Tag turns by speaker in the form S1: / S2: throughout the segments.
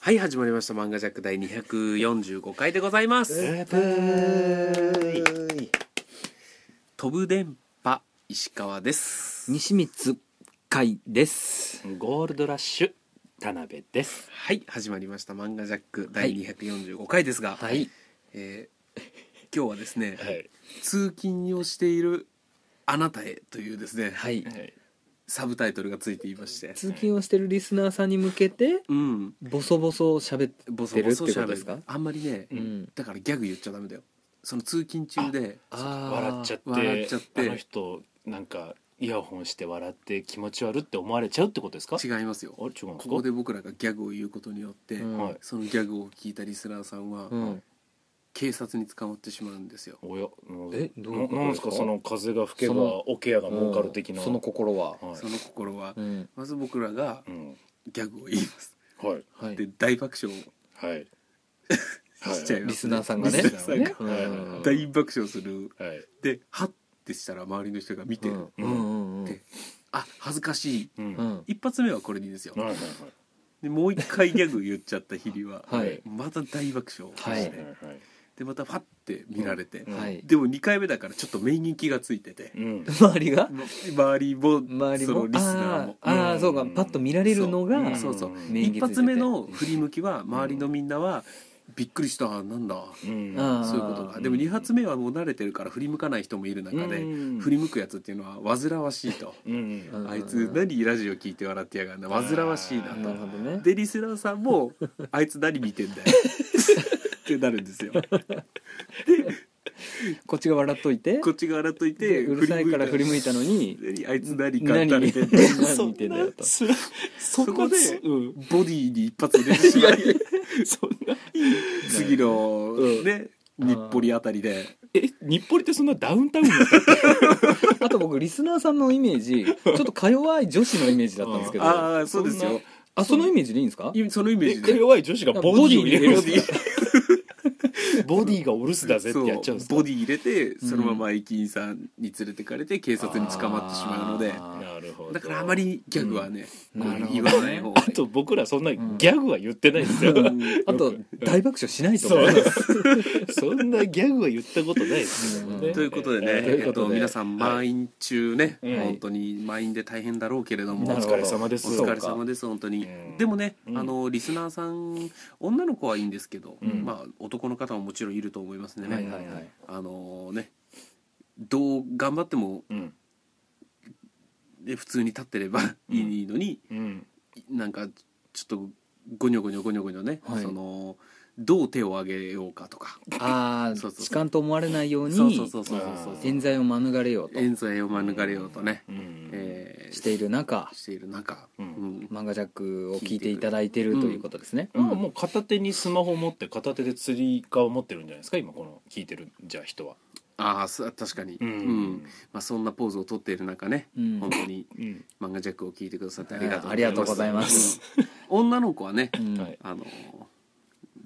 S1: はい始まりました「漫画ジャック」第245回でございます
S2: ブーイ
S1: 飛ぶ電波石川です
S3: 西光海です
S2: ゴールドラッシュ田辺です
S1: はい始まりました「漫画ジャック」第245回ですが、
S3: はい
S1: えー今日はですね、
S2: い
S1: 通勤をしているあなたへ」というですね、
S3: はい
S2: はい
S1: サブタイトルがついていまして
S3: 通勤をしてるリスナーさんに向けて
S1: うん
S3: ボソボソ喋ってる
S1: ボ
S3: ってことです
S1: 喋
S3: か
S1: るあんまりね、
S3: うん
S1: だからギャグ言っちゃダメだよその通勤中で
S3: あー
S2: 笑っちゃって
S1: 笑っちゃって
S2: あの人なんかイヤホンして笑って気持ち悪って思われちゃうってことですか
S1: 違いますよ
S2: あれ違うん
S1: こ
S2: ですか
S1: こで僕らがギャグを言うことによって、
S3: うん
S2: はい
S1: そのギャグを聞いたリスナーさんは、
S3: うん
S1: 警察に捕まってしまうんですよ
S2: おやもう
S3: えどういうこと
S2: ななんですか
S3: です
S2: そ
S3: か
S2: の風が吹けば
S3: その
S2: 桶屋が儲かる的な
S3: その心は
S2: はい
S1: その心は、
S3: うん
S1: まず僕らが
S2: うん
S1: ギャグを言います、
S2: はい
S3: はい
S1: で大爆笑を
S2: はい
S1: しちゃいま
S3: リ
S1: す
S3: スナーさんがね
S1: リスナーさんが
S2: んが
S3: うん
S2: はい
S1: 大爆笑する
S2: はいはい
S1: でハッてしたら周りの人が見て、
S3: うんうんうん
S1: であ恥ずかしい
S2: うん
S3: う
S2: はい
S3: ん
S1: 一発目はこれでいいんですよ、
S2: はいはい
S1: でもう一回ギャグ言っちゃった日には、
S3: はい
S1: また大爆笑をして、
S3: はい
S2: はい
S1: でまたファッて見られて、
S2: うん
S3: はい
S1: でも2回目だからちょっと免疫がついてて、
S2: うん
S3: 周りが
S1: 周りも
S3: 周り
S1: そ
S3: も
S1: のリスナーも
S3: あーあーそうか
S2: うん
S3: パッと見られるのが
S1: そうそうそう
S3: 免疫ついてて
S1: 一発目の振り向きは周りのみんなはびっくりしたなんだ
S2: うん
S3: あー
S1: そういうことか
S2: うん
S1: でも2発目はもう慣れてるから振り向かない人もいる中で
S2: うん
S1: 振り向くやつっていうのは煩わしいと
S2: うん
S3: うん
S1: あいつ何ラジオ聞いて笑ってやがるな煩わしいな
S2: あ
S3: なる
S1: と
S3: ほどね
S1: でリスナーさんもあいつ何見て んだよってなるんですよ
S3: こっちが笑っといて
S1: こっちが笑っとい
S3: で
S1: て
S3: うるさいから振り向いたのに
S1: 何あいつ何か
S3: 何
S1: たれ
S3: 見
S1: て
S3: て
S1: ん
S3: ん
S1: だ
S3: だ
S1: よ
S3: よ何見てんだよと
S2: そ
S1: そ
S2: そ
S1: こ
S2: こ
S1: で
S2: で、うん、
S1: ボディに一発入れてしまい
S2: そんな
S1: 次の
S2: うん
S1: ね日暮里あたりで
S2: え日暮里ってそんなダウンタウンだったっ
S3: あと僕リスナーさんのイメージちょっとか弱い女子のイメージだったんですけ
S2: け
S3: ど
S1: ああそうですよ
S3: あそのイメージでいいんですか
S1: いそのイメー
S2: え
S1: ジ
S2: か
S1: で
S2: 弱い女子がボディを入れるんですか
S1: ボ
S2: ボディがお留守だぜってやっちゃうんですか
S1: ボディ入れてそのまま駅員さんに連れてかれて警察に捕まってしまうので
S3: あー
S2: なるほど
S1: だからあまりギャグはね、
S3: うん
S1: こう
S3: なるほど
S1: 言わない方がい
S2: あ
S1: い
S2: と僕らそんなギャグは言ってないですよ、
S3: あと大爆笑しないと思
S2: そうう そんなギャグは言ったことないですよね、
S3: うん
S1: ということでね、
S2: え
S3: という
S1: えっ
S3: こと
S1: と、
S3: で
S1: 皆さん
S2: は
S1: 満員中ね、
S2: はい
S1: 本当に満員で大変だろうけれども
S3: な
S2: お
S3: るほ
S2: 疲
S3: ど
S2: れ様です
S1: お疲れ様です本当に、
S2: うん
S1: でもね、
S2: うん
S1: あのリスナーさん女の子はいいんですけど、
S2: うん
S1: まあ男の方ももちろんいると思いますんでね、
S3: はいはいはい
S1: あのねどう頑張っても、
S2: うん
S1: ね、普通に立ってればいいのに、
S2: うん
S1: なんかちょっとゴニョゴニョゴニョゴニョね、
S3: はい
S1: そのどう手を挙げようかとか
S3: ああ
S1: そうそうそう
S3: 痴漢と思われないよう
S1: そうそう
S3: に
S1: そうそうそうそう
S3: 冤罪を免れようと
S1: 冤罪を免れようとね、
S2: うん
S1: えー
S3: している中
S1: している中、
S2: うん
S1: うん
S3: 漫画ジャックを聞いていただいてるということですね、
S2: まあもう片手にスマホ持って片手で釣り革持ってるんじゃないですか今この聞いてるじゃあ人は
S1: ああそう確かに、
S2: うん
S1: うんまあ、そんなポーズをとっている中ね、
S3: うん
S1: 本当に
S2: うん
S1: 漫画ジャックを聞いてくださってあ
S3: あ
S1: りがとう
S3: りがとうございます、
S1: うん女の子はね、
S3: うん
S2: はい
S1: あの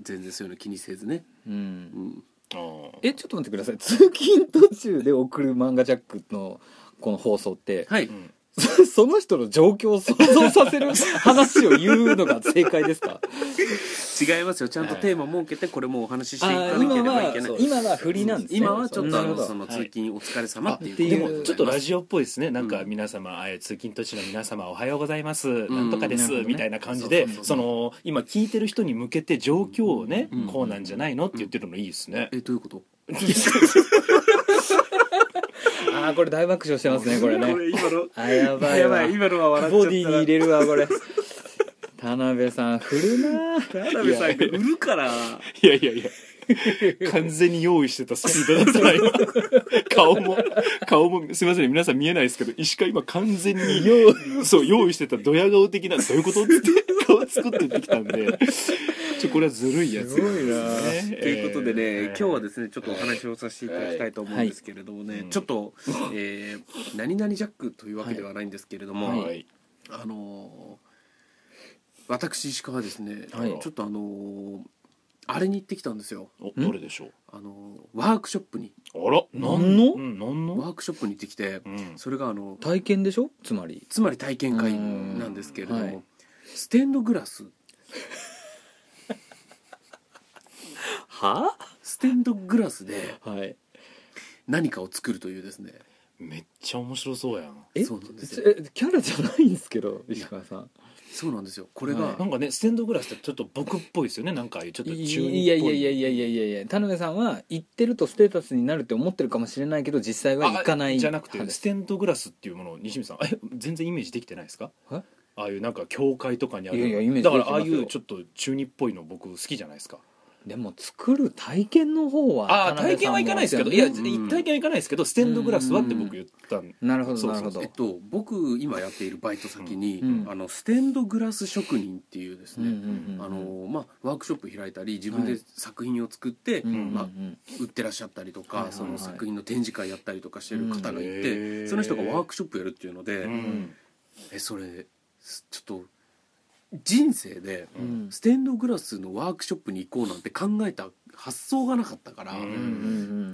S1: 全然そういうの気にせずね、
S3: うん
S1: うん、
S2: あー
S3: えちょっと待ってください通勤途中で送る漫画ジャックのこの放送って、
S1: はい、
S2: うん
S3: そ その人の状況を想像させる話を言うのが正解ですか
S1: 違いますよちゃんとテーマ設けてこれもお話ししてい
S3: あ
S1: かな
S3: ー
S1: け
S3: 今
S1: ればい
S3: は
S1: けない、
S3: 今は振りなんですね
S1: 今はちょっとあ
S3: なる
S1: の
S3: ほど
S1: その
S2: は
S1: 通
S2: い
S1: 勤お疲れ様っていうこと
S3: あ
S2: で
S3: ってい
S2: も
S3: う
S2: ちょっとラジオっぽいですねなん
S1: う
S2: か
S1: ん
S2: 皆様、あえ通勤途中の皆様おはようございます、
S1: ん
S2: なんとかです、
S3: なるほどね
S2: みたいな感じで
S1: そう
S2: そ
S1: そう
S2: の今聞いてる人に向けて状況をね、
S1: うん
S2: こうなんじゃないのって言ってるのいいですね、
S1: えどういうこと
S3: ああこれ大爆笑してますねこれね
S1: 今の
S3: あ やばいわ
S1: やばい今のは笑っちゃ
S3: ボ
S1: った
S3: ディに入れるわこれ田辺さん振るなー
S1: 田辺さんが売るから
S2: いやいやいや完全に用意してたスピードだったな 今顔も顔もすいませんね皆さん見えないですけど石川今完全に用意そう用意してたドヤ顔的などういうこ とって顔作っててきたんでちょこれはずるいやつ
S3: すごいな
S2: ですね
S1: ということでね、
S2: えー
S1: 今日はですねちょっとお話をさせていただきたいと思うんですけれどもね、
S2: はい
S1: ちょっと、えー何々ジャックというわけではないんですけれども、
S3: はい
S2: はい
S1: あのー私石川はですね、
S3: はい
S1: ちょっとあのーあれに行ってきたんですよ、
S2: おどれでしょう
S1: あのーワークショップに
S2: あら
S3: なんの
S2: うんなんの
S1: ワークショップに行ってきて、
S2: うん
S1: それがあの
S3: 体験でしょつまり
S1: つまり体験会なんですけれども、
S3: うんはい
S1: ステンドグラス
S3: は
S1: ステンドグラスで
S3: はい。
S1: 何かを作るというですね
S2: めっちゃ面白そうやん
S3: え
S1: そうなんですよ
S3: えキャラじゃないんですけど石川さん
S1: そうなんですよこれが、
S3: は
S2: なんかねステンドグラスってちょっと僕っぽいですよねなんかああいうちょっ
S3: い
S2: と中二っぽい
S3: いやいやいやいやいやいやいや田辺さんは行ってるとステータスになるって思ってるかもしれないけど実際は行かない
S2: あじゃなくて
S3: 派で
S2: ス
S3: す
S2: テンドグラスっていうものを西見さんえ全然イメージできてないですか
S3: え
S2: ああいうなんか教会とかにある
S3: いやいやイメージ
S2: だから
S3: できて
S2: あ
S3: ま
S2: あ
S3: す
S2: い
S3: よ
S2: うちょっと中二っぽいの僕好きじゃないですか
S3: でも作る体験の方は
S2: ああ
S3: 田辺さ
S2: 体験
S3: ん
S2: は行かないですけど
S3: も
S2: いや
S1: ん
S2: 体験は行かないですけどステンドグラスはって僕言ったん
S3: なるほど
S2: そう
S3: な
S2: そ
S3: る
S2: う
S3: ほ
S2: そ
S3: ど
S1: えっと、僕今やっているバイト先に、
S3: うん
S1: あのステンドグラス職人っていうです
S3: うんう
S1: ね、
S3: んうん
S1: あのまあ、ワークショップ開いたり自分
S3: は
S1: で
S3: い
S1: 作品を作って、
S3: うんうんうん
S1: まあ、売ってらっしゃったりとか、
S2: はいはい
S1: そ
S3: は
S1: の
S3: い
S1: 作品の展示会やったりとかしてる方がいて、
S2: うん
S1: その人がワークショップやるっていうので、
S2: うん
S1: えそれすちょっと人生で
S3: うんうん
S1: ステンドグラスのワークショップに行こうなんて考えた発想がなかったから、
S2: うん
S3: う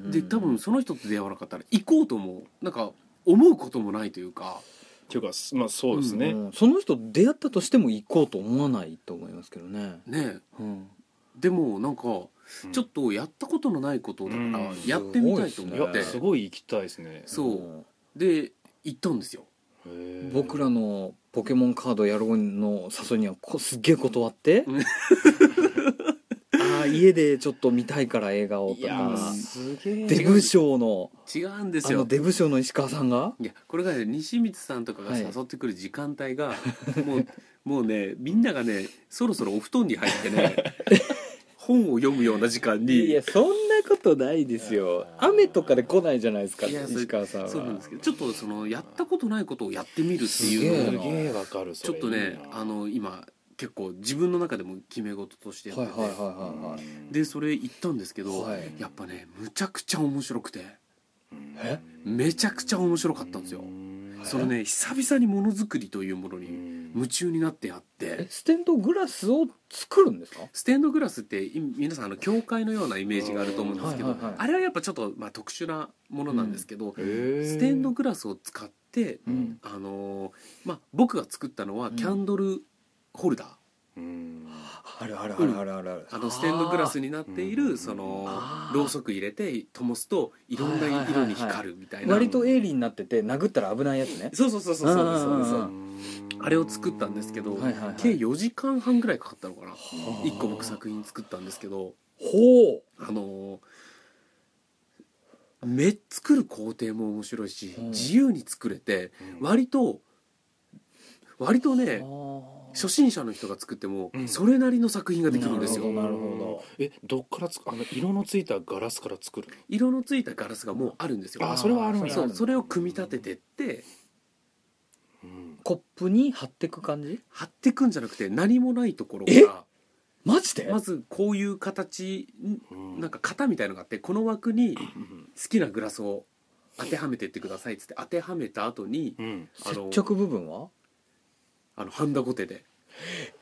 S3: ん
S1: で多分その人と出会わなかったら行こうともなんか思うこともないというか
S2: っていうかまあそうですね、
S3: うんその人出会ったとしても行こうと思わないと思いますけどね、
S1: ね
S3: うん、
S1: でもなんか
S2: うん
S1: ちょっとやったことのないことだか
S2: うん
S1: らやってみたいと思
S2: い
S1: っ
S2: や
S1: て、
S2: すごい行きたいですね
S1: そうで行ったんですよ。
S2: へー
S3: 僕らのポケモンカードやろうの誘いにはこすっげえ断って
S1: うん
S3: ああ家でちょっと見たいから映画を
S2: い
S3: と
S2: や
S3: か
S2: ーすげえ
S3: デブ賞の
S1: 違うんです
S3: あの
S1: よ
S3: デブ賞の石川さんが
S1: いやこれがね西光さんとかが
S3: はい
S1: 誘ってくる時間帯 が、もうもうねみんながねそろそろお布団に入って ね本を読むような時間に
S3: いやそんなことないですよ雨とかで来ないじゃないですか
S1: いやそれ
S3: 石川さんは
S1: そうなんですけどちょっとそのやったことないことをやってみるって
S2: すげ
S1: いうのが
S2: えわかるそ
S1: ちょ
S2: れ
S1: っと
S2: いい
S1: ね
S2: な
S1: あの今結構自分の中でも決め事としてやって
S3: はい
S1: て、
S3: はいはいはいはい
S1: でそれ行ったんですけど、
S3: はい
S1: やっぱねむちゃくちゃ面白くて
S3: え
S1: めちゃくちゃ面白かったんですよ。
S2: うん
S1: そのね久々にものづくりというもの
S2: う
S1: に
S2: ん
S1: 夢中になってあって
S3: えステンドグラスを作るんですか
S1: ステンドグラスってい皆さんあの教会のようなイメージがあると思うんですけど、
S3: はいはいはい
S1: あれはやっぱちょっと、まあ、特殊なものなんですけど、
S2: へー
S1: ステンドグラスを使って、
S2: うん
S1: あのーまあ、僕が作ったのは
S3: うん
S1: キャンドルホルダー、
S2: うん
S3: あるある
S1: ある
S3: あるあるある
S1: あのステンドグラス
S3: に
S1: になっていうる
S2: ん
S1: その
S3: あー
S1: ろうそく入れて灯すといろんな色に光るみたいな、
S3: 割と鋭利になってて殴ったら危ないやつね
S1: そうそうそうそうそうですそうです
S3: うんうんうん
S1: あれを作ったんですけど、
S3: はいはいはい
S1: 計4時間半ぐらいかかったのかな
S3: はあ
S1: 1個僕作品作ったんですけど。
S3: ほ
S1: あのー目作る工程も面白いし、
S3: うん
S1: 自由に作れて
S2: うん
S1: 割と割と
S3: う
S1: ね
S3: あー
S1: 初心者の人が作っても
S2: うん
S1: それなりの作品ができるんですよ、
S3: なるほどなるほ
S2: えどっからつくあの色のついたガラスから作る
S1: 色のついたガラスがもうあるんですよ
S2: あそれはあるんや
S1: そう
S3: る
S1: それを組み立ててって
S2: の、うん
S3: コップに貼ってく感じ
S1: 貼ってくんじゃなくて何もないところか
S3: マジで
S1: らまずこういう形
S2: うん
S1: なんか型みたいのがあってこの枠に好
S2: うん
S1: きなグラスを当てはめてってくださいっつって当てはめた後に
S2: うん
S1: あ
S3: 接
S1: の
S3: 着部分は
S1: あのハンダゴテで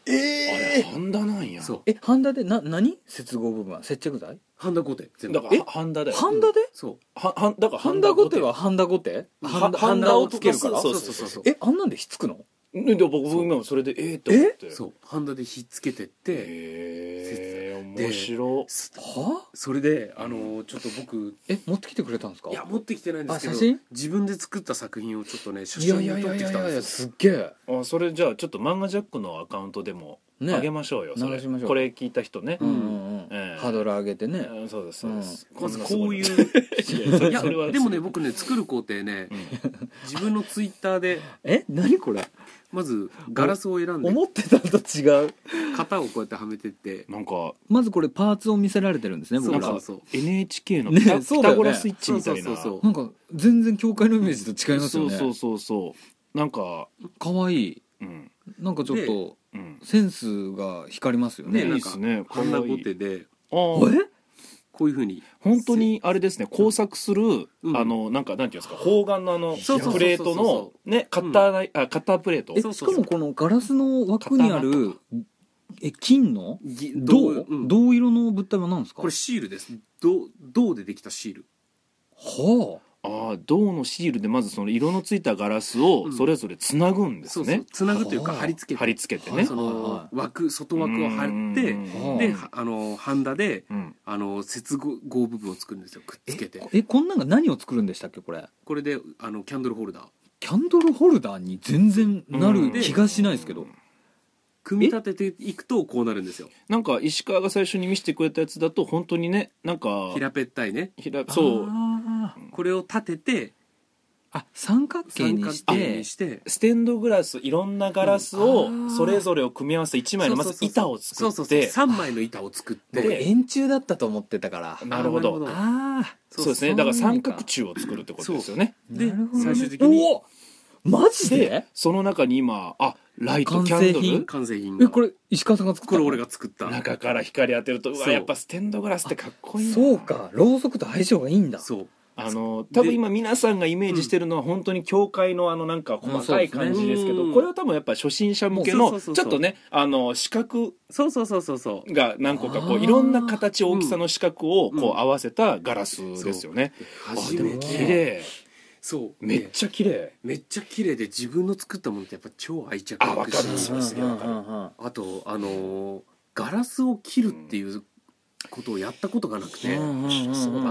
S3: え
S2: あれハンダなんや
S1: そう
S3: えハンダでな何接合部分は接着剤
S1: ハンダゴテ全部
S2: だからハンダだよ
S3: ハンダで
S1: そう
S2: ははだから
S3: ハンダゴテ
S2: ハ
S3: はハンダゴテ
S2: は
S3: ハンダ
S2: ハ
S3: ハ
S2: ン
S3: ン
S2: ダ
S3: ダ
S2: を
S3: を
S2: つ
S3: つけ
S2: ける
S3: るか
S2: か
S3: らら
S1: そうそうそうそう
S3: えあんなんでひっつくの
S2: ンダで僕
S1: そう
S2: 今もそれでえー、って思って
S1: そうハンダでひっつけてって
S2: へえ
S1: で
S2: 面白
S1: す
S3: は
S1: それであのーちょっと僕
S3: え持ってきてくれたんですか
S1: いや持ってきてないんですけど
S3: あ写真
S1: 自分で作った作品をちょっとね写
S3: いや
S1: 真
S3: いや
S1: に
S3: い
S1: 撮
S3: や
S1: っ
S3: い
S1: て
S3: や
S1: き
S3: い
S1: たん
S3: や
S1: ですよ
S3: すっげえ
S2: あそれじゃあちょっと漫画ジャックのアカウントでも
S3: ね
S2: あげましょうよ、それ
S3: 流しましょう
S2: これ聞いた人ね
S3: う、んうんうん
S2: ええ
S3: ハードル上げてね
S2: うんそうですそうです、
S1: まずこう
S2: う
S1: いういや
S2: それは
S1: でもね僕ね作る工程ね自分のツイッターで
S3: え何これ
S1: まずガラスを選んで
S3: 思ってたんと違う
S1: 型をこうやってはめてって
S2: なんか
S3: まずこれパーツを見せられてるんですね
S1: そ
S3: 僕
S1: う
S3: ら
S1: そ
S3: は
S1: うそう
S2: NHK の
S3: ね
S2: ピタ,、
S3: そうだよね
S2: ゴラスイッチみたいな
S1: そうそうそう
S3: なんか全然教会のイメージと違いますよ
S2: そう
S3: ね
S2: そうそうそうなんか
S3: かわいい
S2: うん
S3: なんかちょっと
S2: うん
S3: センスが光りますよ
S1: ね
S3: ね
S2: い
S1: ないん
S2: っ
S1: か
S2: すね
S1: ハ
S2: こん
S1: ン
S2: な
S1: ダ
S2: あ
S1: ゴテで
S2: ー
S1: こういうふうに
S2: 本当にあれですね工作する、
S1: ん
S2: あのなんかなんていうんですか方眼のあの
S1: そうそうそうそう
S2: プレートのねカッターナイ、あカッタープレート
S3: え
S1: そう
S3: し
S1: そう
S3: か
S1: そう
S3: もこのガラスの枠にあ
S2: 刀
S3: るえ金の
S1: ぎ
S3: 銅
S1: うん
S3: 銅色の物体は何ですか
S1: これシールです銅銅でできたシール
S3: は
S2: ああ銅のシールでまずその色のついたガラスをそれぞれつなぐんです
S1: そうそう
S2: ね、
S1: つなぐというか
S3: はあ
S1: 貼り付け
S2: 貼
S1: て
S2: り付けてね
S1: そ
S3: はい
S1: の
S3: は
S1: 枠外枠を貼って
S2: うん
S1: ではあのハンダで
S2: うん
S1: あの接合部分を作るんですよくっつけて
S3: えこえこんなんが何を作るんでしたっけこれ
S1: これであのキャンドルホルダー
S3: キャンドルホルダーに全然な
S2: う
S3: る
S2: ん
S3: 気がしないですけど、
S1: 組み立てていくとこうなるんですよ
S2: なんか石川が最初に見せてくれたやつだと本当にねなんか
S1: 平べったいね
S2: ひらそう
S3: あー
S1: これを立てて
S3: あ三角形
S1: 三
S3: に
S1: 角
S3: し
S1: 形
S3: て
S1: にして
S2: ステンドグラスいろんなガラス
S3: う
S2: を
S3: んあー
S2: それぞれを組み合わせて1枚のま
S1: そう
S2: ず
S1: そうそう
S2: 板を
S1: そう
S2: 作
S1: そう
S2: っ
S1: そう
S2: て
S1: 3枚の板を作っ
S3: 僕
S1: て
S2: で
S3: 円柱だったと思ってたから
S2: なるほ
S1: あーな
S2: ど
S1: るほど
S3: あ
S2: そうですね
S3: そう
S2: だから
S3: そういう意味
S2: 三
S3: か
S2: 角柱を作るってことですよね
S3: ー
S1: で
S3: なるほどね
S1: 最終的に
S3: おおマジ
S2: で
S3: で
S2: その中に今あライトキャ
S3: 完成
S2: ン
S3: 品
S2: ド
S1: 完成品
S3: え
S1: が
S3: こ
S1: これ
S3: れ石川さんが作ったの
S1: 俺が作った
S2: ル中から光当てるとうわ
S1: そう
S2: やっぱステンドグラスってかっこいいな
S3: そうかろうそくと相性がいいんだ
S1: そう
S2: あの多分今皆さんがイメージしてるのは本当に教会のあのなんか細かい感じですけ
S1: うんそうです
S2: ど
S1: ね
S2: これは多分やっぱ初心者向け
S1: そうそ
S2: の
S1: う
S2: ち
S1: そう
S2: ょっ
S1: そう
S2: とねあの四角
S1: そうそうそうそうそう
S2: が何個かこ
S3: あー
S2: ういろんな形大きさの四角を
S1: うん
S2: こう合わせたガラスですよね。あ
S1: 初
S2: で
S1: め
S2: も
S3: あ
S2: 綺
S1: て
S2: 麗
S1: そう
S2: めっちゃ綺麗
S1: めっちゃ綺麗で自分の作ったものってやっぱ超愛着
S2: あわ
S1: 湧
S2: か
S1: く
S2: る
S1: し
S2: そうですねわかる
S3: る
S1: あとあのーガラスを切るっていうことをやったことがなくて、
S2: そう
S1: あ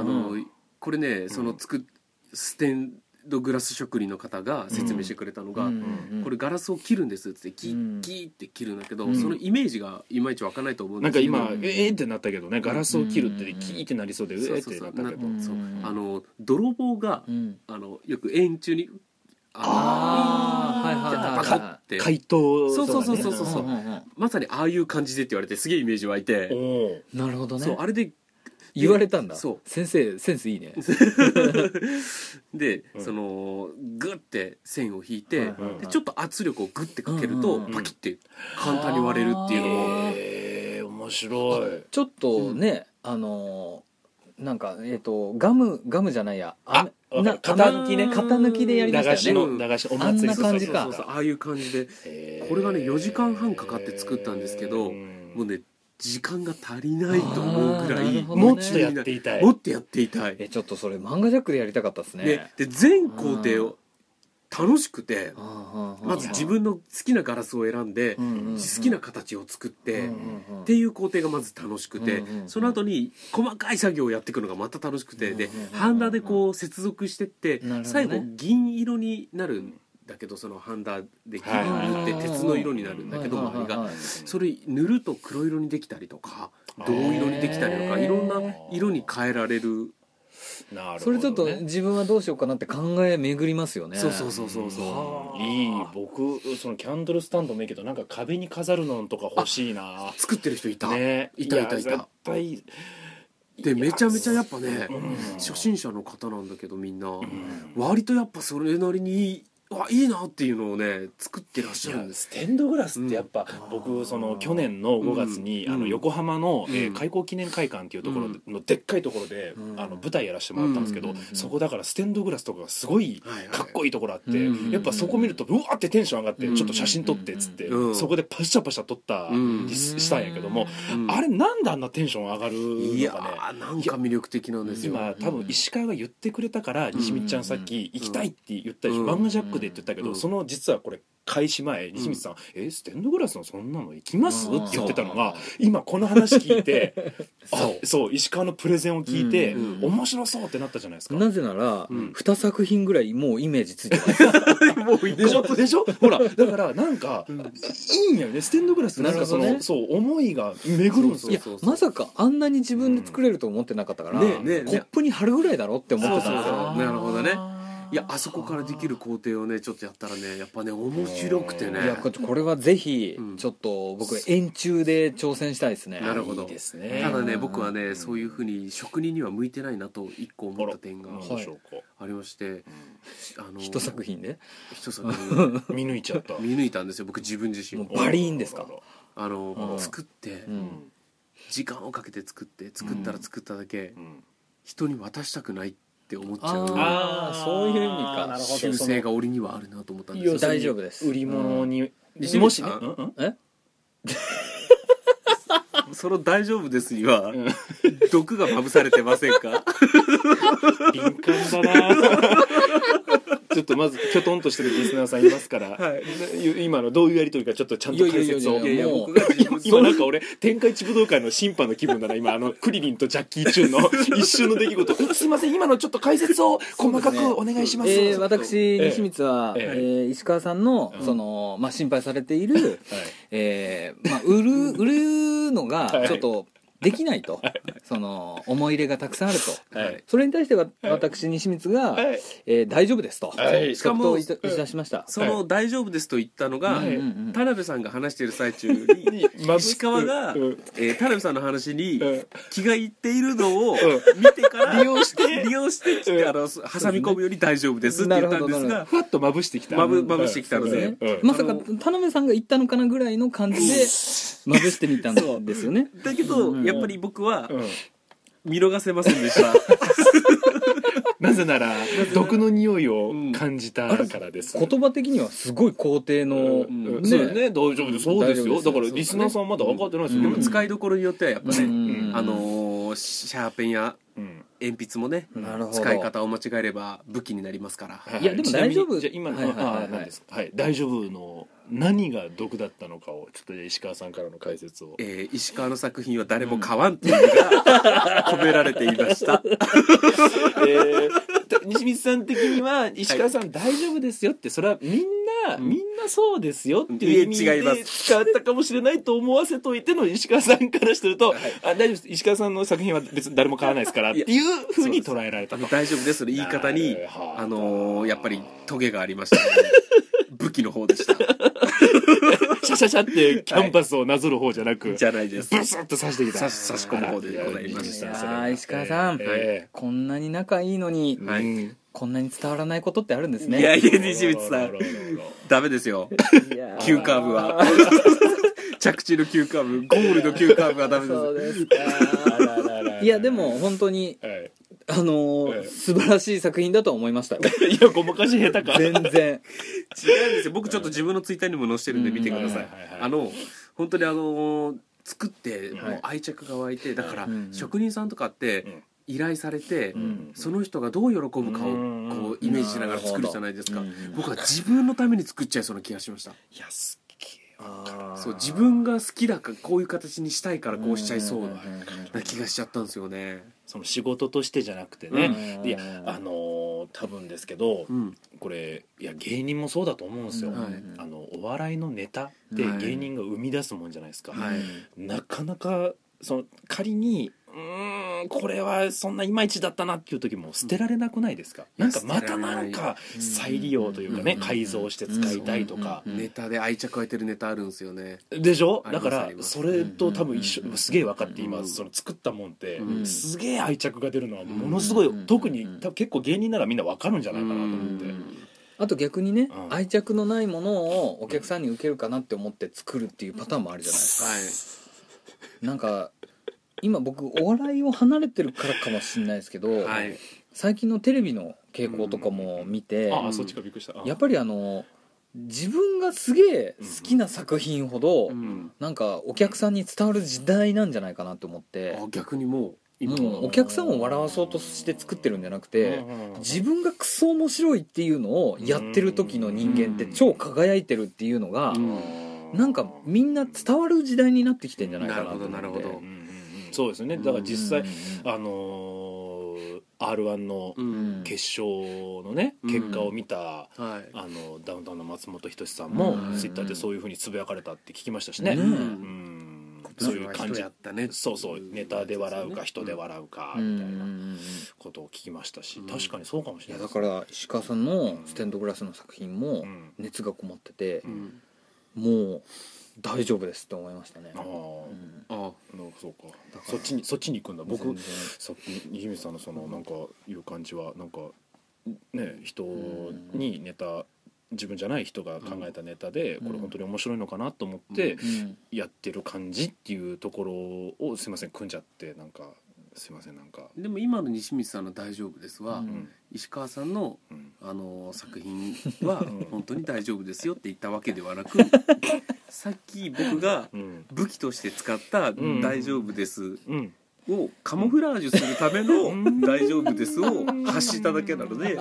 S1: のーこれねその作っステンドグラス職人の方が説明してくれたのが、これガラスを切るんですっつってキ
S3: うん
S1: ッキーって切るんだけど、
S3: うん
S1: そのイメージがいまいちわかんないと思うん
S2: な
S1: で
S2: ん
S1: す
S2: か
S1: けど
S2: 今
S3: うん
S2: えーってなったけどねガラスを切るって
S3: うん
S2: キーってなりそうでうえ
S1: そう
S2: ーっ
S1: そう
S2: て
S1: そ
S2: な
S1: う
S2: ったけど
S3: な
S1: そう
S3: うん
S1: あのー泥棒が、あのよく円柱に
S3: あーはいはいはい
S1: パカッて
S2: 怪盗
S1: そうそうそう
S2: とかね
S1: そうそうまさにああいう感じでって言われてすげえイメージ湧いて、
S2: おー
S3: なるほどね
S1: そうあれで
S3: 言われたんだ
S1: そう
S3: 先生センスいいね
S1: で、
S2: うん
S1: そのグッて線を引いて、
S3: はいはい
S2: はい
S1: でちょっと圧力をグッてかける
S3: う
S1: と
S3: んうん
S2: うん
S1: パキッて簡単に割れるっていうのも、
S3: あ
S2: えー面白い
S3: ちょっとねあのーなんかえっとガムガムじゃないや
S2: あわか
S3: な
S2: る型抜きね
S3: 型抜きでやりま
S2: 駄菓
S3: した
S2: 子
S3: よね
S2: の駄菓子お祭り
S3: あんな感じか
S1: そうそうそうああいう感じでこれがね4時間半かかって作ったんですけどもう
S2: ね
S1: ね時間が足りないと思うぐら
S3: あーなる
S1: い
S3: ほどね
S2: もっとやっていたい
S1: もっとやっていたい、
S3: えちょっとそれ漫画ジャックでやりたかったです
S1: で
S3: ね
S1: で全工程を楽しくてま
S3: ま
S1: ず自分の好きなガラスを選んで
S3: 好
S1: 好きな形を作って、
S2: うん
S1: っていう工程がまず楽しくて、
S3: うんうんうん
S1: その後に細かい作業をやっていくのがまた楽しくて、で
S3: うんうんうんうん
S1: ハンダでこう接続してって、
S3: なるほどね
S1: 最後銀色になるんだけどそのハンダで切
S2: はいはいはい
S1: って鉄の色になるんだけど
S3: はいは
S1: 周
S3: いは
S1: り
S3: いはい
S1: がそれ塗ると黒色にできたりとか
S2: あ
S1: 銅
S2: ー
S1: 色にできたりとかいろんな色に変えられる
S2: なるほどね
S3: それちょっと自分はどうしようかなって考え巡りますよね
S1: そうそうそうそうそう
S2: うんいい僕そのキャンドルスタンドもいいけどなんか壁に飾るのとか欲しいな
S1: 作ってる人いた、
S2: ね
S1: いたいた
S2: や
S1: いた
S2: 絶対
S1: でめちゃめちゃやっぱね
S2: うん
S1: 初心者の方なんだけどみんな、
S2: うん
S1: 割とやっぱそれなりにいいあいいなっていうのをね作ってらっし
S2: い
S1: ゃるん
S2: や
S1: です
S2: ステンドグラスってやっぱ、
S3: うん
S2: 僕その去年の5月に、
S1: うん
S2: あの
S1: うん
S2: 横浜の、えー
S1: うん
S2: 開港記念会館っていうところでのでっかいところで、
S3: うん
S2: あの舞台やらせてもらったんですけど、
S3: うんうんうん
S2: そこだからステンドグラスとかがすごい
S1: はいはい
S2: かっこいいところあって、
S3: うん
S2: やっぱそこ見るとうわーってテンション上がって、
S1: うん
S2: ちょっと写真撮ってっつって、
S1: うん
S2: そこでパシャパシャ撮った
S1: うん
S2: りししたんやけども、
S1: うん
S2: あれなんであんなテンション上がる
S1: いや
S2: のかね
S1: ーなんか魅力的なんですよ
S2: 今多分石川が言ってくれたから
S1: ん
S2: 西光ちゃんさっき行きたいって言ったでしょ
S1: うん
S2: 漫画ジャックでって言ったけ
S1: う
S2: ど
S1: ん
S2: その実はこれ開始前西光さん「えステンドグラスのそんなの行きます?」って言ってたのが今この話聞いて あそう石川のプレゼンを聞いて
S1: うん
S2: 面白そうってなったじゃないですか
S3: な。ぜなら
S1: うん
S3: 2作品ぐらいもうイメージついてます
S1: もういい
S2: でしょでしょほらだからなんか
S1: うん
S2: いいんやよねステンドグラスってなんかそ
S3: なるほど
S2: の
S3: ね
S2: そう思いが巡るんです
S1: そう
S3: い
S2: よ
S3: やまさかあんなに自分で作れると思ってなかったから、
S1: ねえねえ
S3: コ
S1: ね
S3: ップに貼るぐらいだろって思ってたん
S1: そう
S3: です
S1: そう
S3: よ
S1: そうなるほどねいやあそこからできる工程をねちょっとやったらねやっぱね面白くてね
S3: いやここれはぜひ
S1: うん
S3: ちょっと僕円柱で挑戦したいですね
S1: なるほど
S2: いいですね
S1: ただ
S3: う
S1: ね
S3: ん
S1: 僕はねそういうふうに職人には向いてないなと一個思った点が
S2: あら
S3: い
S2: なんでしょうか
S1: ありましてあの
S3: 一作品で
S1: 一作品
S2: 見抜いちゃった
S1: 見抜いたんですよ僕自分自身
S3: もうバリーンですか
S1: あ
S3: う
S1: の
S3: ん
S1: 作って
S3: うん
S1: 時間をかけて作って作ったら作っただけ
S2: うん
S1: 人に渡したくないって思っちゃう
S3: あーそういう意味か
S2: なるほど
S1: 修正が俺にはあるなと思ったんです
S2: 要
S1: よ
S2: するに
S3: 大丈夫です
S2: 売り物に、
S1: うん
S2: もしね
S1: うん
S2: うんうん
S3: え
S1: その「大丈夫です」には
S2: うん
S1: 毒がまぶされてませんか
S2: 敏感だな ちょっとまずきょとんとしてるリスナーさんいますから、い今のどういうやりとりかちょっとちゃんと解説
S3: い
S2: を
S3: やいやいやいやもう
S1: 僕が自分
S2: 今
S1: そ
S2: な
S1: うん
S2: か俺天下一武道会の審判の気分だな今あのクリリンとジャッキー・チ ュンの一瞬の出来事すいません今のちょっと解説を細かくお願いします
S3: えー私
S2: ええ
S3: 西光は、
S2: え
S3: えー石川さんの,、
S2: うん
S3: そのまあ、心配されている、
S2: はい
S3: えーまあ、売る売るの
S2: は
S3: が
S2: い
S3: ちょっとできないと、その思い入れがたくさんあると、
S2: はい
S3: それに対しては私西光が、
S2: はい
S3: えー大丈夫です」と
S2: はい
S1: しか
S3: 即
S1: も
S3: 答いたいたしました。
S1: その「大丈夫です」と言ったのが、
S2: は
S3: うん
S2: い
S3: うんうん
S1: 田辺さんが話している最中に、石川が
S2: うんうん
S1: えー田辺さんの話に
S2: うん
S1: 気が入っているのを
S2: ん
S1: 見てから利用して利用してきて
S2: うん
S1: あの挟み込むより大丈夫ですって言ったんです
S3: なる
S1: が
S2: ふわっとまぶしてきた
S1: まぶまぶしてきた
S3: そ
S1: の
S3: う
S1: で、
S3: です
S2: ね
S3: ね
S2: うん
S3: まさ
S1: あ
S3: か
S1: の
S3: 田辺さんが言ったのかなぐらいの感じでまぶしてみたんですよね。
S1: だけど、
S3: うん
S1: やっぱり僕は
S2: うん
S1: 見逃せませんでした。
S2: なぜなら毒の匂いを感じたからです、
S3: 言葉的にはすごい肯定の、
S1: うん
S2: うん
S3: ね
S2: そうだよね大丈夫ですそうですよ
S3: 大丈
S2: だ
S3: 夫です
S2: からリスナーさんまだ分かってないです
S1: で
S2: よ、で
S1: も
S2: も
S1: 使いどころによってはやっぱね、
S3: うん
S1: あのーシャーペンや
S2: うん
S1: 鉛筆もね
S3: なるほど
S1: 使い方を間違えれば武器になりますから、
S2: はい
S3: やでも
S2: ちなみに
S3: 大丈夫
S2: じゃあ今の、
S3: はいはいはいはい
S2: あーなんですかはい大丈夫の何が毒だったのかをちょっと石川さんからの解説を
S1: えー石川の作品は誰も買わんっていうのが込められていま した
S2: えーと西光さん的には石川さん、大丈夫ですよってそれはみんな、
S1: うん
S2: みんなそうですよっていう意味
S1: いえ違いま
S2: です使ったかもしれないと思わせといての石川さんからすると、あ大丈夫です石川さんの作品は別に誰も買わないですからっていうふうに捉えられ
S1: あ
S2: た
S1: の
S2: と
S1: 大丈夫ですの言い方に
S2: なるほど
S1: あのーやっぱりトゲがありました、ね、武器の方で した
S2: シャシャシャってキャンパスをなぞる方じゃなく、
S1: じゃないです
S2: ブスッと刺してきた
S1: 差し差し込む方でございま
S3: い
S1: し
S2: や
S1: た
S2: や
S3: やー石川さん、
S2: え
S3: こんなに仲いいのに、
S2: え
S1: はい
S2: うん
S3: こんなに伝わらないことってあるんですね
S1: いやいや西光さ
S2: あら
S1: ん
S2: らららら
S1: ダメですよ
S3: いやー
S1: 急カーブは着地の急カーブゴールの急カーブはダメです
S3: そうですかいやでも本当に
S2: はい
S3: あのー
S2: ええ
S3: 素晴らしい作品だとは思いましたよ
S2: いやごまかし下手か
S3: 全然
S1: 違うんですよ僕ちょっと自分のツイッターにも載せてるんで見てください
S2: うんはいはいはい
S1: あの本当にあのー作っても
S2: は
S1: う
S2: い
S1: 愛着が湧いてだから
S3: うん
S1: 職人さんとかっ
S2: うん
S1: て依頼されて
S2: ん
S1: その人がどう喜ぶかを
S2: うん
S1: こう イメージしながら作るじゃないですか
S3: なるほど
S1: 僕は自分のために作っちゃいそうな気がしました
S2: いやすっげ
S1: そう自分が好きだからこういう形にしたいからこうしちゃいそうなな気がしちゃったんですよね
S2: その仕事としてじゃなくてね、いやあのー多分ですけど、
S1: うん
S2: これいや芸人もそうだと思うんですよ、
S3: うん
S1: はい
S2: あのお笑いのネタって
S1: はい
S2: 芸人が生み出すもんじゃないですか、
S1: はい
S2: なかなかその仮にうーんこれはそんないまいちだったなっていう時も捨てられなくないですか、
S1: うん
S2: なんかまたなんか
S3: うん
S2: 再利用というかね、
S3: うん
S2: 改造して使いたいとか、
S3: うん
S1: ネタで愛着湧いてるネタあるんですよね
S2: でしょ
S1: あり
S2: だ
S1: ます
S2: から
S1: あります
S2: それと多分一緒、
S3: うん
S2: すげえ分かって今、
S1: うん
S2: その作ったもんって、
S1: うん
S2: すげえ愛着が出るのはものすごい、
S3: うん
S2: 特に多分結構芸人ならみんな分かるんじゃないかなと
S1: う
S2: 思って。
S1: ん
S3: あと逆にね、
S2: うん
S3: 愛着のないものをお客さんに受けるかなって思って作るっていうパターンもあるじゃないですか、
S1: はい
S3: なんか今僕お笑いを離れてるからかもしれないですけど、
S1: はい
S3: 最近のテレビの傾向とかも見て、
S2: ああそっちかびっくりしたああ
S3: やっぱりあの自分がすげえ好きな作品ほど、
S1: うん
S3: なんかお客さんに伝わる時代なんじゃないかなと思って
S1: あ、逆にもう今
S3: もうお客さんを笑わそうとして作ってるんじゃなく
S2: うん
S3: て、
S2: うんうん
S3: 自分がクソ面白いっていうのをやってる時の人間って超輝いてるっていうのが、
S1: うん
S3: なんかみんな伝わる時代になってきてんじゃないかなと思って
S1: なるほどなるほど
S2: うんうんうんそうですよねだから実際、
S3: うん
S2: あのー、r 1の
S1: うん
S2: 決勝のね、
S1: うん
S2: 結果を見た
S1: はい
S2: あのダウンタウンの松本人志さん
S3: う
S2: も
S3: ん
S2: ツイッターでそういうふうにつぶやかれたって聞きましたしね、
S3: ね
S2: うんそういう感じ
S1: やったね
S2: そうそうネタで笑うか人で
S1: う
S2: 笑うか
S3: うんうん
S2: みたい
S3: うん
S2: な
S3: うん
S2: ことを聞きましたし、
S1: うん
S2: 確かにそうかもし
S3: い
S2: れ
S3: や
S2: ない
S3: だから石川さんのステンドグラスの作品も
S2: うん
S3: 熱がこもってて
S1: う、ん
S3: もう大丈夫ですって思いましたね
S2: ああ、
S3: うん
S1: あ
S2: なんかそうか
S3: だから
S2: そっちにそっちに行くんだ僕
S3: 全然
S2: さっき西水さんのそのなんかいう感じはなんかね人にネタ自分じゃない人が考えたネタで
S3: うん
S2: これ本当に面白いのかなと思って
S3: うん
S2: やってる感じっていうところをすいません組んじゃってなんかすいませんなんか、
S1: でも今の西光さんの「大丈夫ですは」
S3: う
S2: うんん
S1: 石川さんの
S2: うん、
S1: あの作品は
S2: ん
S1: 本当に大丈夫ですよって言ったわけではなくさっき僕が
S2: うん
S1: 武器として使った「
S2: ん
S1: 大丈夫です
S2: うん」
S1: をカモフラージュするための
S2: うん
S1: 「大丈夫です」を発しただけなの で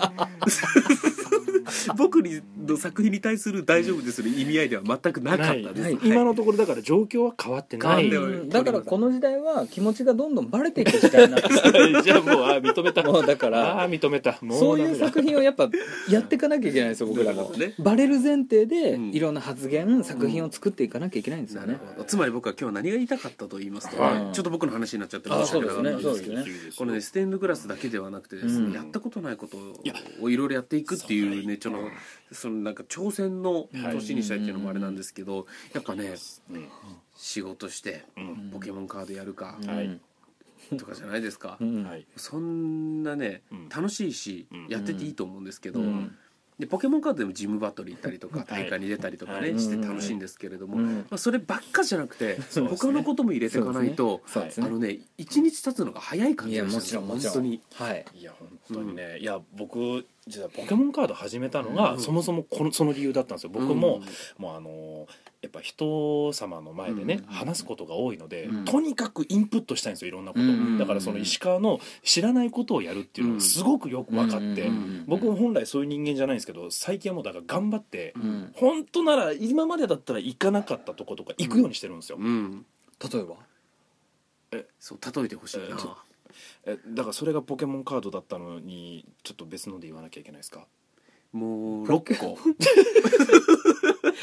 S1: 僕の作品に対する「大丈夫です」の意味合いでは全くなかったです。
S3: ないない
S2: 今のところだから状況は変わってない
S1: 変わっ
S3: うんだからこの時代は気持ちがどんどんバレていく時代なんです
S2: じゃあ もうあー認めた
S3: もうだか
S2: あ
S3: ら
S2: あ認めたも
S3: そういう
S2: ダメだ
S3: 作品をやっ ぱやっていかなきゃいけないんですよ僕らも、
S1: なるほどね
S3: バレる前提で
S1: うん
S3: いろんな発言、作品を作っていかなきゃいけないんですよ
S1: な
S3: ね
S1: るほどつまり僕は今日何が言いたかったと言いますとね、
S3: はい
S1: ちょっと僕の話になっちゃって
S3: あ
S1: 申し訳なかったんです
S3: そ
S1: け
S3: うです
S1: ど
S3: ね
S1: このねステンドグラスだけではなくてですね、
S3: うん
S1: やったことないこと
S2: いや
S1: をいろいろやっていくっていうねちょっとそのなんか挑戦の
S2: はい
S1: 年にしたいっていうのもあれなんですけど、やっぱね
S2: うん
S1: 仕事して
S2: うん
S1: ポケモンカードやるか
S3: うん
S2: はい
S1: とかじゃないですか、
S3: うん
S2: はい
S1: そんなね
S2: うん
S1: 楽しいし
S2: うん
S1: やってていいと思うんですけど、
S3: うん
S1: でポケモンカードでもジムバトル行ったりとか大会に出たりとかね、
S2: はい
S1: して楽しいんですけれども、
S3: うん
S1: まあ、そればっかじゃなくて、
S2: そうですね
S1: 他のことも入れていかないと、
S3: そうです
S1: あ
S3: ね
S1: のね一日経つのが早い感
S3: い
S1: じ
S3: や
S1: が
S3: も
S1: し
S3: ち
S1: た
S3: ろ
S1: ん
S3: ん
S1: で
S3: も
S1: す
S3: ち
S1: よ本当
S3: ろん
S1: に
S3: はい
S2: いや本当にね、いや僕実はポケモンカード始めたのが、
S1: うん
S2: そもそもこのその理由だったんですよ僕も、
S1: うん
S2: もうあのやっぱ人様の前でね、
S1: うん
S2: 話すことが多いので、
S1: うん
S2: とにかくインプットしたいんですよいろんなことを、
S3: うん
S2: だからその石川の知らないことをやるっていうのがすごくよく分かって、
S3: うん
S2: 僕も本来そういう人間じゃないんですけど最近はもうだから頑張って、
S3: うん
S2: 本当なら今までだったら行かなかったとことか行くようにしてるんですよ、
S1: うん
S3: 例えば
S1: そう例えてほしい
S2: え
S1: な
S2: ーとえだからそれがポケモンカードだったのにちょっと別ので言わなきゃいけないですか
S1: もう
S2: 6個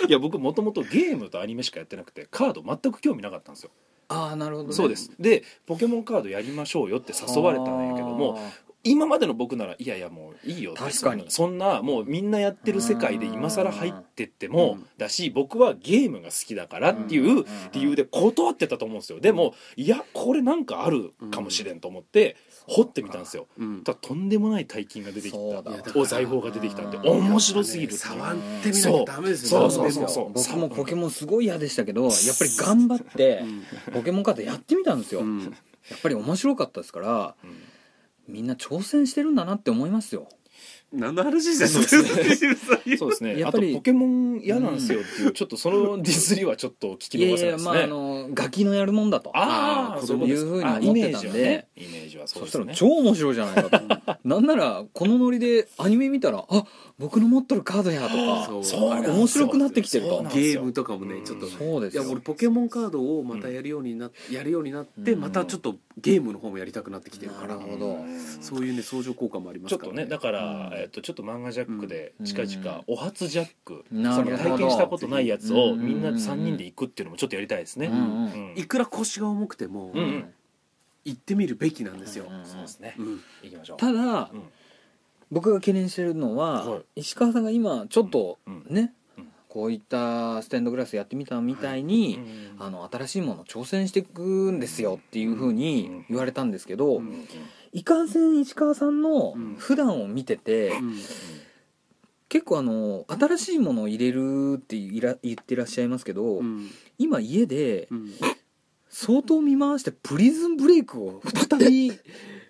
S2: いや僕もともとゲームとアニメしかやってなくてカード全く興味なかったんですよ
S3: ああなるほど、ね、
S2: そうですでポケモンカードやりましょうよって誘われたんやけども今までの僕ならいやいやもういいよって
S3: 確かに
S2: そんなもうみんなやってる世界で今更入ってっても
S1: うん
S2: だし僕はゲームが好きだからっていう理由で断ってたと思うんですよでもいやこれなんかあるかもしれんと思って掘ってみたんですよ
S1: うん
S2: ただとんでもない大金が出てきた
S3: そうだ
S2: お財宝が出てきたって
S3: うん
S2: 面白すぎるっていう
S1: 触ってみなきゃダメですよ
S2: そうそうそうそ
S3: 僕
S2: う
S3: もポケモンすごい嫌でしたけどやっぱり頑張ってポケモンカードやってみたんですよ、
S1: うん
S3: やっぱり面白かったですから
S2: うん
S3: みんな挑戦してるんだなって思いますよ
S1: 何の話してん
S2: そう
S1: の
S2: そうですね。
S3: や
S2: あ
S3: っ
S2: と
S3: ぱり
S2: ポケモン嫌なんですよっていうちょっとそのディスりはちょっと聞き逃せないです
S3: まああ
S2: ね。
S3: のガキのやるもんだと
S2: ああ
S1: あー
S2: そういう
S3: そういうふうに思
S2: 風
S3: ってたんで
S2: イメージはそう
S3: そした
S2: です
S3: ら
S2: ね。
S3: 超面白いじゃないかと なんならこのノリでアニメ見たらあ僕の持っとるカードやと
S1: そ
S3: か
S1: う
S2: そうなんですよ
S3: 面白くなってきてると
S2: そうなんです
S1: ゲー
S2: よ
S1: ムとかもねちょっと
S2: うん
S3: そうで
S1: い
S3: す
S1: や
S3: よ
S1: 俺ポケモンカードをまたやるようになやるようになって
S3: うん
S1: またちょっとゲームの方もやりたくなってきてるから
S3: なるほど
S1: そういうね相乗効果もありま
S2: ちょ
S1: す
S2: っ
S1: か
S2: と
S1: ら
S2: ねだから、
S3: うん
S2: えっとちょっと漫画ジャックで
S3: うん
S2: 近々お初ジャック、
S3: な
S2: そ
S3: るほ
S2: の
S3: ど
S2: 体験したことないやつを
S3: うん
S2: みんな三人で行くっていうのもちょっとやりたいですね。
S3: うんうん
S2: うん
S1: いくら腰が重くても
S2: うん
S1: 行ってみるべきなんですよ
S3: うん
S2: そうですね。
S1: うん
S2: 行きましょう。
S3: ただ、
S2: うん
S3: 僕が懸念してるのは、
S2: はい
S3: 石川さんが今ちょっと
S2: うん
S3: ね、
S2: うん
S3: こういったステンドグラスやってみたみたいに、
S2: うん
S3: あの新しいもの挑戦していくんですよっていうふうに言われたんですけど、
S1: う
S2: うん
S1: ん
S3: いかんせん石川さんの
S1: うん
S3: 普段を見てて、
S1: うん
S3: 結構あの新しいものを入れるっていら言ってらっしゃいますけど、
S1: うん
S3: 今家で
S1: うん
S3: 相当見回してプリズンブレイクを再び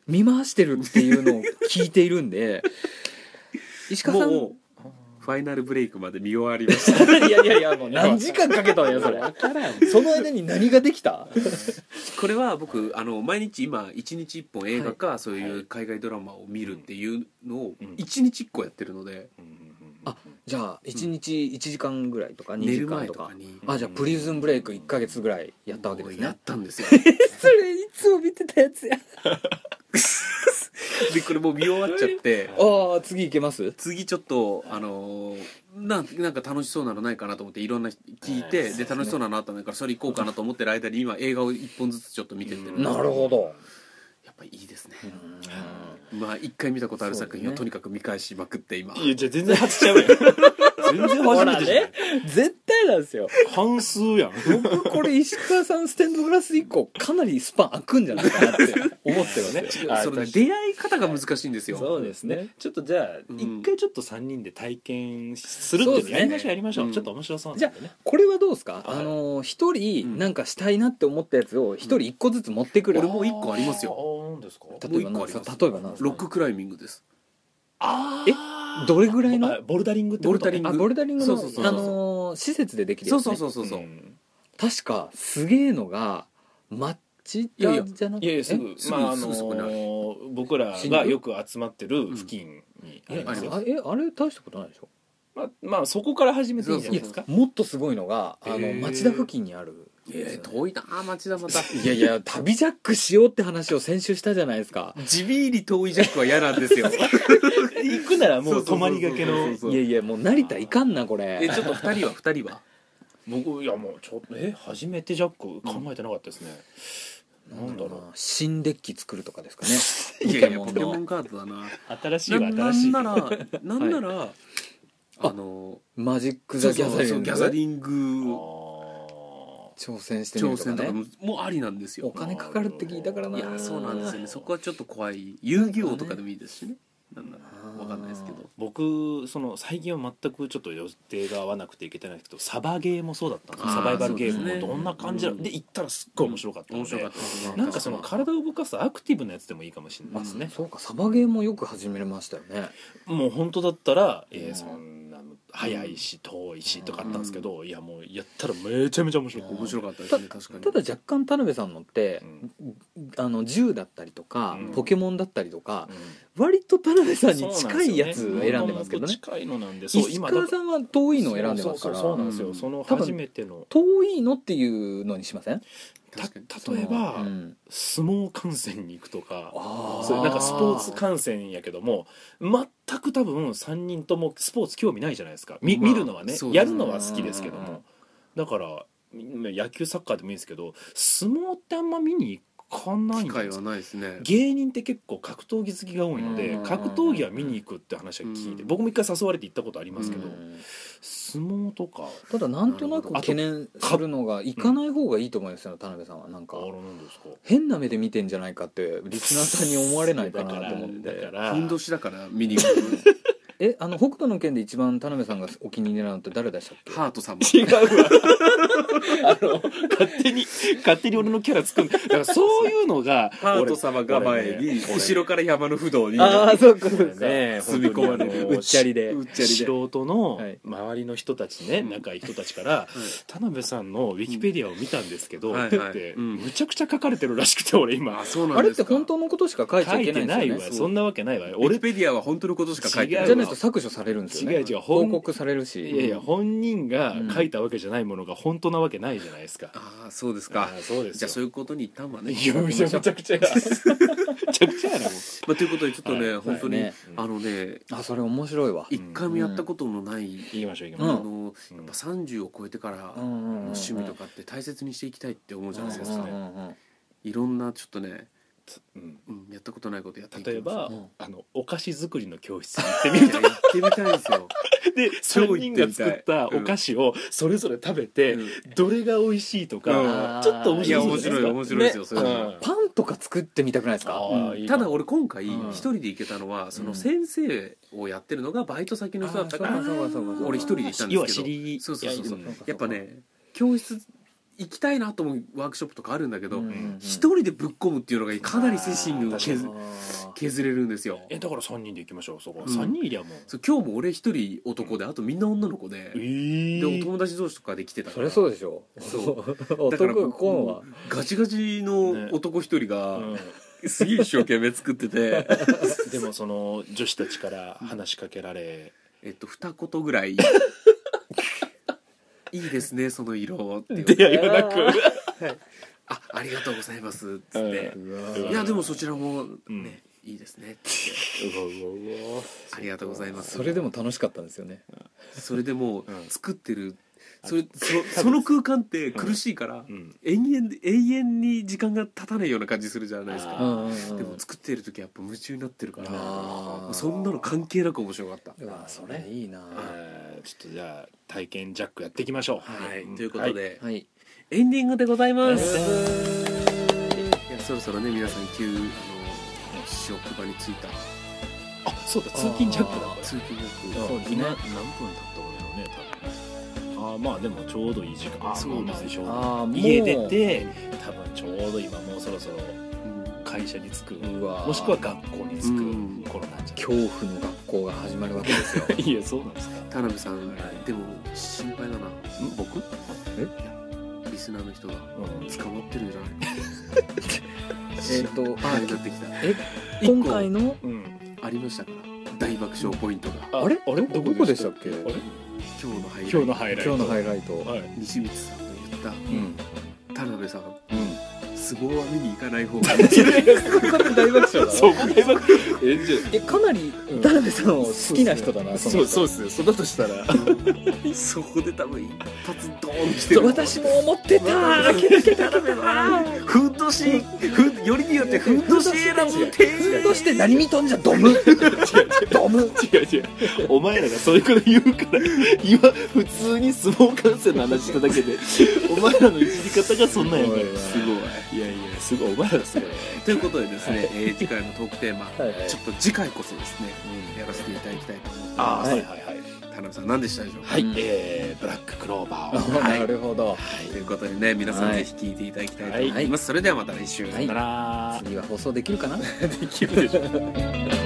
S3: 見回してるっていうのを聞いているんで石川さん
S1: もうファイナルブレイクまで見終わりました
S3: いやいやいやもう何時間かけたんやそれその間に何ができた
S1: これは僕あの毎日今一日一本映画かそういう海外ドラマを見るっていうのを
S2: うん
S1: 一日一個やってるので
S2: うんうんうん
S3: あじゃあ1日1時間ぐらいとか2
S1: 寝
S3: 時
S1: る
S3: 間
S1: 前
S3: と
S1: と
S3: か
S1: かに
S3: あじゃあプリズンブレイク1か月ぐらいやったわけです
S1: もうや
S3: ね
S1: ったんですよ
S3: それいつも見てたやつや
S1: でこれもう見終わっちゃって
S3: ああ次いけます
S1: 次ちょっとあのーなんなんか楽しそうなのないかなと思っていろんな聞い
S2: はい
S1: て
S2: そう
S1: で楽しそうなのあったのからそれ行こうかなと思ってる間に今映画を一本ずつちょっと見てって
S2: うん
S3: なるほど
S1: やっぱいいですねまあ一回見たことある作品
S3: そうです
S1: をと
S3: ね
S1: にかく見返しまくって今
S2: いやじゃあ全然外しちゃうよそ全然初めてじゃん、
S3: ね絶対なんですよ
S2: 半数やん
S3: 僕これ石川さんステンドグラス以降かなりスパン開くんじゃないかなって思ってはね
S2: あ
S1: そのね
S2: 確かに
S1: 出会い方が難しいんですよ
S3: そうですね
S2: ちょっとじゃあ
S1: うん
S2: 一、回ちょっと3人で体験するっ
S3: そうで
S2: ていう
S3: す
S2: の
S3: ね
S2: やりましょうやりましょう、
S1: うん
S2: ちょっと面白そうなんでね
S3: これはどうですか
S2: はい
S3: あの一
S1: う
S3: 人
S1: ん
S3: なんかしたいなって思ったやつを一人一個ずつ持ってくる、
S1: 俺もう一個ありますよ
S2: ああなんですか
S3: 例えばなんですか例えばなんですか
S1: ロッククライミングです
S2: あ
S3: えどれぐらい
S2: あ
S3: の
S2: ボルダリングってこ
S1: ボル
S2: と
S1: ダリング
S3: あボルダリングの
S1: そうそうそうそう
S3: あのー施設でできる
S1: そ
S3: や
S1: う
S3: つ、
S1: そ
S3: ね、
S1: うそうそうそう、
S2: ん
S3: 確かすげえのがマッチ
S1: いやいや
S3: タじゃなく
S2: いやいやすぐ
S1: えすぐ
S2: まああ
S1: す
S2: の
S1: ぐそこにある
S2: ー僕ら
S3: 新
S2: が
S3: 宿
S2: よく集まってる付近にあ
S3: え
S2: りますよ、
S3: あえあれ大したことないでしょ
S2: まあ、まあそこから始めていいんじゃないですか
S3: もっとすごいのがあの、
S2: へー
S3: 町田付近にある
S1: えー、遠いなあ町田また
S3: いやいや旅ジャックしようって話を先週したじゃないですか
S1: 地ビーリ遠いジャックは嫌なんです よ
S2: 行くならもう泊まりがけ
S1: そうそう
S2: の
S1: そうそう
S3: いやいやもう成田いかんなこれ
S1: えちょっと二人は二人は
S2: 僕いやもうちょっとえ初めてジャック考えてなかったですね、なんだろう
S3: 新デッキ作るとかですかね
S1: いやいやポ
S3: ポ
S1: ケ
S3: ケ
S1: モ
S3: モン
S1: ン
S3: の
S1: カードだな
S2: 新しい
S1: な
S2: は
S1: な
S2: 新しい
S1: んな らなんなら、あの
S3: マジック・
S1: そ
S3: ザ・
S1: う
S3: ギ
S1: そう
S3: ャザリ
S1: そ
S3: ン
S1: う
S3: グ
S1: ギャザリン
S2: あ
S1: グ
S3: 挑戦してみ
S1: 挑
S3: るとか
S1: 戦とか
S3: ね
S1: ももうありなんです
S3: お
S1: よ
S3: 金かかるって聞いたからないい
S1: やそうなんですよねそこはちょっと怖い遊戯王とかでもいいですしねなんな
S3: あー
S1: らわかんないですけど
S2: 僕その最近は全くちょっと予定が合わなくていけてないんですけどサバゲーもそうだったんですよ
S1: あー
S2: サバイバルゲー
S1: そう
S2: ム
S1: です
S2: も
S1: ね
S2: どんな感じなの
S1: うん
S2: で行ったらすっごい面白かったの
S1: 面
S2: で、
S1: 白かったですね
S2: なんかその体を動かすアクティブなやつでもいいかもしれないですね、
S3: そうかサバゲーもよく始めれましたよね
S2: もう本当だったら、
S3: う
S2: えー、
S3: ん
S2: そんな早いし遠いしとかあったんですけど、いやもうやったらめちゃめちゃ面白い、
S3: うん
S1: 面白かったですね確かに
S3: ただ若干田辺さんのって、あの銃だったりとか、
S2: うん
S3: ポケモンだったりとか
S2: うん
S3: 割と田辺さんに近いやつを選んでますけどね
S2: そうなんですよ元々近いのなんでそう
S3: 石
S2: 今
S3: 川さんは遠いのを選んでますから
S2: そうそうそうなんですよ、
S1: うん
S2: その
S3: 多分
S2: 初めての
S3: 遠いのっていうのにしません
S2: た
S1: 確かに
S2: 例えば、
S3: そのうん
S2: 相撲観戦に行くとか
S3: あー
S2: そういうなんかスポーツ観戦やけども全く多分3人ともスポーツ興味ないじゃないですか見,、
S1: まあ
S2: 見るのはね
S1: そうですね
S2: やるのは好きですけど
S3: うん
S2: もだから野球サッカーでもいいですけど相撲ってあんま見に行かないん
S1: 機
S2: じ
S1: 会
S2: ゃないです
S1: は
S2: か
S1: ないですね
S2: 芸人って結構格闘技好きが多いので
S3: うん
S2: 格闘技は見に行くって話は聞いて
S1: うん
S2: 僕も一回誘われて行ったことありますけど
S3: うん
S2: 相撲とか
S3: ただなんとなく懸念するのが行かない方がいいと思いますよ田辺さんはなん
S2: あ
S3: か
S2: れなんですか
S3: 変な目で見てんじゃないかってリスナーさんに思われないかなと思っ
S2: だからだ
S3: て
S2: から
S1: ふんどしだから見に行く
S3: えあの北斗の拳で一番田辺さんがお気に入りなのって誰でしたっけ
S1: ハートさんも
S2: 違うわ あの勝手に勝手に俺のキャラ作るだからそういうのが
S1: ハート様が前に後ろから山の不動に
S3: ああそうかそう
S2: 俺
S3: か、
S2: ね
S1: 住み込まれる
S2: うっちゃり
S3: で
S1: うっちゃりで
S2: 素人の
S3: はい
S2: 周りの人たちね、仲いい人たちから田辺さんのウィキペディアを見たんですけど、
S1: うんはいはい
S2: って、
S1: うん
S2: むちゃくちゃ書かれてるらしくて俺今
S1: あそうな
S3: あ
S1: んで
S3: れって
S1: すか
S3: 本当のことしか書いちゃ
S2: 書
S3: いけな
S2: いて
S3: いん
S2: ない
S3: で
S2: わ
S3: すよ
S2: よ
S3: ね
S2: そんなわけないわよ
S1: ウィ
S2: 俺
S1: キペディアは本当のことしか書いてない
S3: じゃないと削除されるんですよね
S2: 違う違う
S3: 報告されるし
S2: いやいや本人が書いたわけじゃないものが本当なわけないじゃないですか、
S1: ああそうです
S2: あ
S1: か
S2: ーそうですよ
S1: じゃあそういうことに一旦はね
S2: いやめちゃくちゃや めちゃくちゃやなもう
S1: まあ、ということでちょっとね、
S2: はい
S1: 本当に、
S3: はいね
S1: あのね
S3: あそれ面白いわ
S1: 一回もやったことのない、
S2: 行きましょう行き
S1: あ
S2: ましょう、
S1: のや
S2: う
S1: っ
S2: ん
S1: ぱ30を超えてから
S3: う
S1: の
S3: んうんうんうん
S1: 趣味とかって大切にしていきたいって思うじゃないですか、
S3: うんうんうんうん
S1: いろんなちょっとね、
S2: うん
S1: うん、やったことないことやっていきま
S2: 例え
S1: しょ
S2: ば、
S3: うん
S2: あのお菓子作りの教室に行って
S1: ういや行ってみたいんですよ、
S2: で
S1: 超
S2: 3人が作ったお菓子をそれぞれ食べて、どれが美味しいとか、
S3: うん
S2: ちょっと面
S1: いや
S2: 白
S1: 面
S2: いじゃ
S1: 白い
S2: ないで
S1: 面
S2: す
S1: 白いですよ、それ
S2: か
S1: は、
S3: パンとか作ってみたくないですか
S2: あー
S1: うん
S2: いいか
S1: ただ
S2: も
S1: 俺今回
S3: うん
S1: 一人で行けたのは、そ
S3: うん
S1: の先生をやってるのがバイト先の人だったから、
S3: あーそうかそうかそうか
S1: 俺一人で行ったんで
S2: 要は
S1: す
S2: 知
S1: けど
S2: り
S1: そうそうそうそう
S2: いや
S1: やっぱね教室行きたいなと思うワークショップとかあるんだけど、
S2: ん
S1: 一人でぶっ込むっていうのがかなり精神が削削れるんですよ
S2: えだから3人で行きましょうそこは、
S1: うん
S2: 3人いりゃもう
S1: そう今日も俺一人男であとみんな女の子で
S2: え
S1: でお
S2: ー
S1: 友達同士とかで来てたか
S3: そ
S1: ら
S3: りゃそうでしょ
S1: そうだから
S3: 男がこんは
S1: もうガチガチの男一人が、
S2: う
S1: すげえ一生懸命作ってて
S2: んでもその女子たちから話しかけられ
S1: えっと二言ぐらいいいですねその色って言われ
S2: 出
S1: て
S2: 会いはなく
S1: あありがとうございますっつって、
S2: う
S3: うわ
S1: いやでもそちらも
S2: うん
S1: ね、いいですねって
S2: うわうわうわ
S1: ありがとうございます
S3: それでも楽しかったんですよね
S1: それでもう
S2: うん
S1: 作ってるそれそその空間って苦しいから、
S2: うん
S1: 永遠で永遠に時間が経たないような感じするじゃないです
S2: あ
S3: う
S1: か
S3: んうんうん
S1: でも作ってる時はやっぱ夢中になってるから
S3: あー
S1: そんなの関係なく面白かった
S3: うわそれいいな
S2: えーちょっとじゃあ体験ジャックやっていきましょう
S1: は
S2: ん
S1: い、ということで、
S3: はい
S1: エンディングでございま
S2: は
S1: す、い
S2: い
S1: やそろそろね皆さん急あの職場に着いた
S2: あそうだ通勤ジャックだこれ
S1: 通勤
S2: う
S1: 力
S2: ん
S3: そうですね
S2: 今何分経ったんだろうね多分ああまあでもちょうどいい時間あ
S1: そ
S2: そうう
S1: で
S2: ですす
S3: あーもう
S2: 家出て多分ちょうど今もうそろそろ会社に着く
S3: うわ
S2: もしくは学校に
S1: うん
S2: 着く頃なんじゃ
S3: 恐怖の学校が始まるわけですよ
S2: ないいやそうなんですか
S1: 田辺さん、
S2: はい
S1: でも心配だな
S2: 僕うん
S1: リスナーの人が捕まってるんじゃない
S3: えっと
S1: バーになってきた
S3: え 今回の
S2: うん
S1: ありましたから大爆笑ポイントが
S3: あれ
S2: あれ
S3: どこどこでしたっけ
S2: あれ
S1: 今日の配
S2: 今日
S1: 信
S2: のハイライト
S3: 今日のハイライト
S2: はい
S1: 西光さんの言っ
S3: うん
S1: た田辺さん
S3: うん
S1: 相撲は見に行かない方が
S3: 大爆笑だ
S2: そう大 爆えじゃ
S3: えかなり
S2: ん
S3: 田辺さんを好きな人だな
S2: あ
S3: そ
S2: そ
S3: の
S2: うそう
S3: 人
S2: ですねそだとした ら
S1: そこで多分一発ドーン来てる
S3: 私も思ってた ーけけ田辺は
S1: ふんどしふんよりによってふんどし選ぶ
S3: ふ
S1: 手
S3: んどして何見とんじゃドムドム
S2: 違う違うお前らがそういうこと言うから今普通に相撲観戦の話しただけでお前らのいじり方がそんなんやから
S1: すごい
S2: いやいやすごいお前らすごい
S1: ということでですね、えー次回のトークテーマ、
S3: はいはい
S1: ちょっと次回こそですねやらせていただきたいと思ってま
S2: ああ
S1: す
S2: はいはいはい
S1: 田辺さん何でしたでしょうか、
S2: はい、
S3: うん
S2: えーブラッククローバーを
S3: あ
S2: は い
S3: なるほど
S1: ということでね皆さん
S3: はい
S1: ぜひ聞いていただきたいと思います、それではまた来週、
S3: はい
S2: さよなら
S3: 次は放送できるかな
S2: できるでしょ